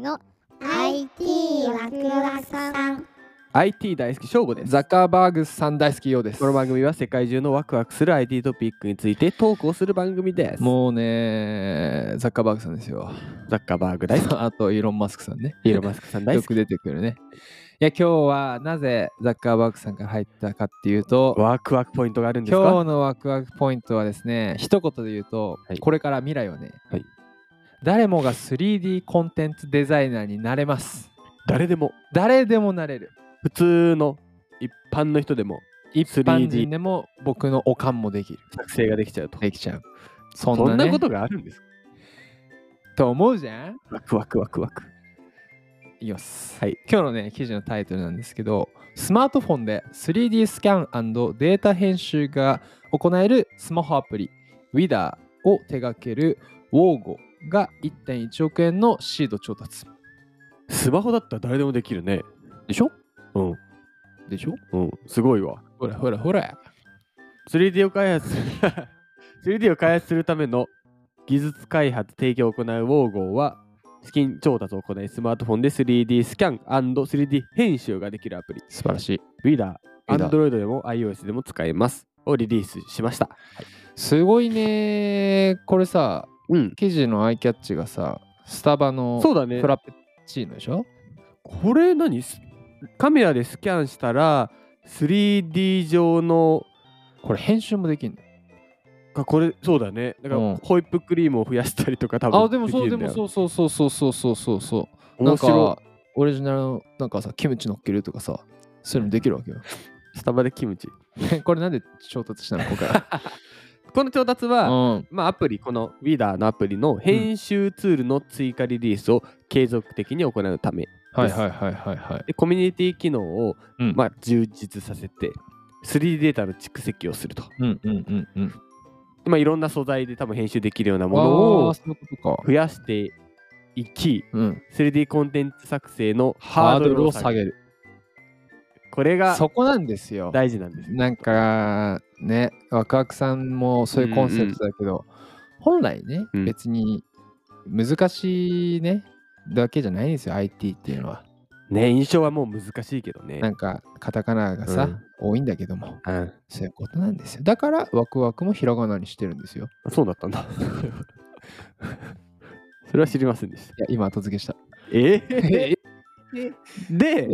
の IT ワクワクさん IT 大好き翔吾です。ザッカーバーグさん大好きようです。この番組は世界中のワクワクする IT トピックについてトークをする番組です。もうね、ザッカーバーグさんですよ。ザッカーバーグ大 好あと、イーロン・マスクさんね。き。イーロンマスクさん大よ好きく。出てくるね。いや、今日はなぜザッカーバーグさんから入ったかっていうと、ワクワクポイントがあるんです今か日のワクワクポイントはですね、一言で言うと、はいこれから未来をね、はい誰もが 3D コンテンツデザイナーになれます。誰でも誰でもなれる。普通の一般の人でも一 3D 般人でも僕のおかんもできる。作成ができちゃうと。できちゃう。そんそな,、ね、んなことがあるんですかと思うじゃんワクワクワクワク。いきます、はい、今日のね記事のタイトルなんですけどスマートフォンで 3D スキャンデータ編集が行えるスマホアプリ WIDA を手掛ける WOGO が1.1億円のシード調達スマホだったら誰でもできるね。でしょうん。でしょうん。すごいわ。ほらほらほら 3D を開発する 3D を開発するための技術開発提供を行うウォーゴーは資金調達を行いスマートフォンで 3D スキャン &3D 編集ができるアプリ素晴らしい Reader、 Reader Android でも iOS でも使えますをリリースしました。すごいねこれさうん。記事のアイキャッチがさスタバのそうだねフ。ラペチーノでしょこれ何すカメラでスキャンしたら 3D 上のこれ編集もできんだよあこれそうだね。だかうんらホイップクリームを増やしたりとか多分あでもそうでもうそうそうそうそうそうそうそうそうな面ん白かオリジナルのなんかさキムチ乗っけるとかさそういうのできるわけよいスタバでキムチ これなんで調達したの今回この調達は、 うんまあ、アプリ、この Weeder のアプリの編集ツールの追加リリースを継続的に行うため、はいはいはいはいはいでコミュニティ機能を、うんまあ、充実させて、3D データの蓄積をすると。うんうんうんうんでまあ、いろんな素材で多分編集できるようなものわあをそういうことか増やしていき、うん 3D コンテンツ作成のハハーードドルルをを下下げる。げるこれがそこなんですよ大事なんですよ。なんかねワクワクさんもそういうコンセプトだけど、本来ね、うん別に難しいねだけじゃないんですよ IT っていうのはね、印象はもう難しいけどねな。んかカタカナがさ、多いんだけどもうん、そういうことなんですよ。だからワクワクもひらがなにしてるんですよ。そうだったんだ。 それは知りませんでした。いや、今後付けした。え ーで、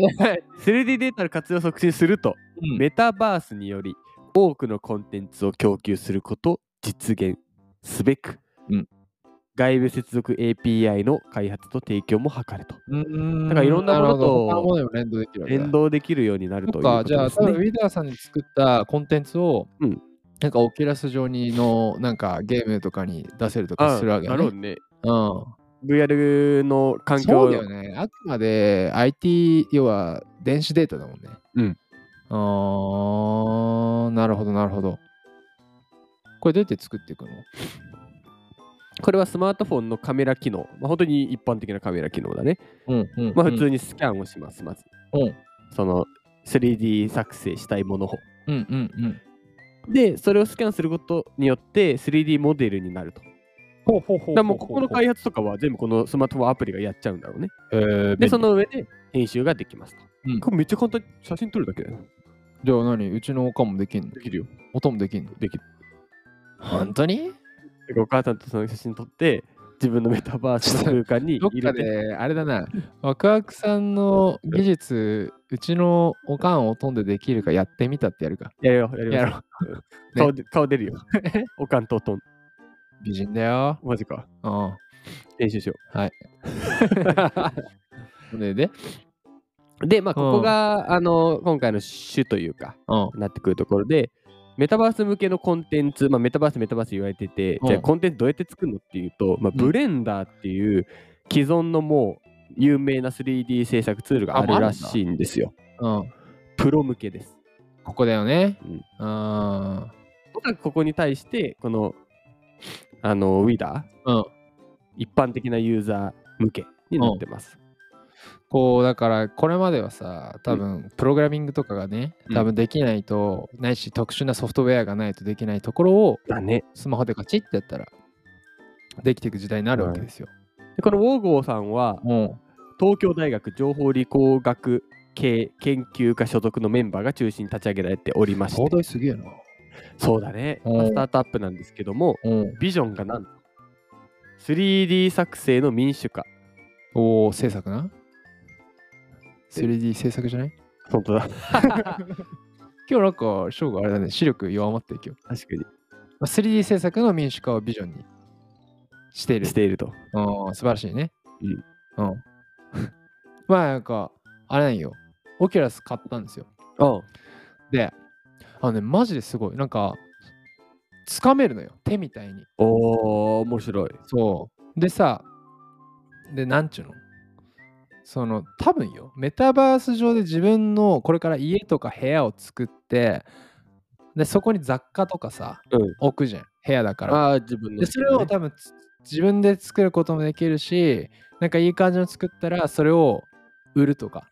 3D データの活用を促進すると、メタバースにより多くのコンテンツを供給することを実現すべく、うん外部接続 API の開発と提供も図るとうんだからいろんなものとるほど他のものにも連動できるわけだ連動できるようになるといそうっこか、とじゃであ、す多分ウね。ィダーさんに作ったコンテンツを、うんなんかオキュラス上にのなんかゲームとかに出せるとあかするわけなだるね。ほどね。うん VR の環境そうだよね。あくまで IT、要は電子データだもんね。うん。あー、なるほど、なるほど。これどうやって作っていくのこれはスマートフォンのカメラ機能、まあ、本当に一般的なカメラ機能だね。うんうんまあ、普通にスキャンをします、まず。うんその 3D 作成したいものを。うんうんうん。で、それをスキャンすることによって 3D モデルになると。だかほうほうほうらもうここの開発とかは全部このスマートフォンアプリがやっちゃうんだろうね。えー、で、で、そその。の上で編集ができますと。うんこれめっちゃ簡単に写真撮るだけだよ。じゃあ何うちのおかんもできんのできるよ。音もできんのできる。本当にだからお母さんとその写真撮って、自分のメタバースの空間にどっ入かれて。で、あれだな、ワクワクさんの技術、うちのおかんを飛んでできるかやってみたってやるか。やるよ、やるよ。やろう。 顔で顔 出るよ。おかんとおとん。美人だよ。マジか。うん。練習しよほんでで、う。 で、まあ、ここが、あの、今回の主というか、うん。なってくるところで、メタバース向けのコンテンツ、まあ、メタバース、メタバース言われてて、うんじゃあコンテンツどうやって作るのっていうと、まあ、うんブレンダーっていう既存のもう有名な 3D 制作ツールがああるもうあるらんだしいんですよ。うん。プロ向けです。ここだよね。うんうん。おそらくここに対して、この、あの、ウィダー、うん。一般的なユーザー向けになってます。こうだからこれまではさ多分プログラミングとかがねうん多分できないとないし特殊なソフトウェアがないとできないところをだね。スマホでカチッてやったらできていく時代になるわけですよ。でこのウォーゴーさんは、も東京大学情報理工学系研究科所属のメンバーが中心に立ち上げられておりまして東大すげえな。そうだね、うんまあスタートアップなんですけどもうん。ビジョンがなんと 3D 作成の民主化おお、制作な ?3D 制作じゃない本当だ今日なんか、ショーがあれだね、視力弱まってる今日。確かまあ 3D 制作の民主化をビジョンにしているにし。ているとうん、素晴らしいね。うん。 まあなんか、あれなんよ。オキュラス買ったんですよ。うんで、あのね、マジですごい。なんか、つかめるのよ。手みたいに。おー面白いそう。でさ、で、なんちゅうのその、多分よ、メタバース上で自分のこれから家とか部屋を作って、で、そこに雑貨とかさ、うん置くじゃん。部屋だから。ああ自分のでそれを多分つ自分で作ることもできるしなんかいい感じの作ったらそれを売るとか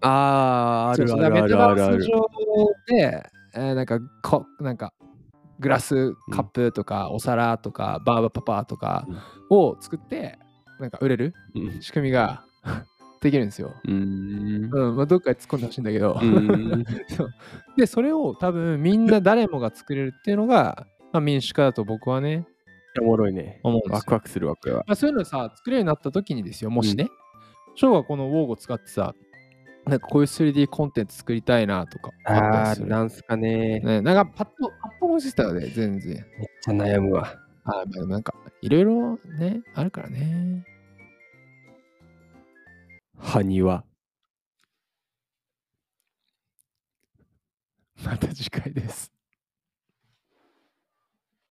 あああるそうあるあるあるだからあメるタバース上で、えーなんかこなんかグラスカップとか、お皿とかバーバパパとかを作ってなんか売れるうん仕組みが できるんですよ、うーんうんまあ、どっかに突っ込んでほしいんだけど、うー んでそれを多分みんな誰もが作れるっていうのが、まあ、民主化だと僕はねおもろいね思うんですよワクワクするわこれはまあ、そういうのさ作れるようになった時にですよもしね、翔がこのウォーゴ使ってさなんかこういう 3D コンテンツ作りたいなとかったりするんすかねね、なんかパッとパッと思いついたので全然めっちゃ悩むわあーまあでもなんかいろいろねあるからね埴輪また次回です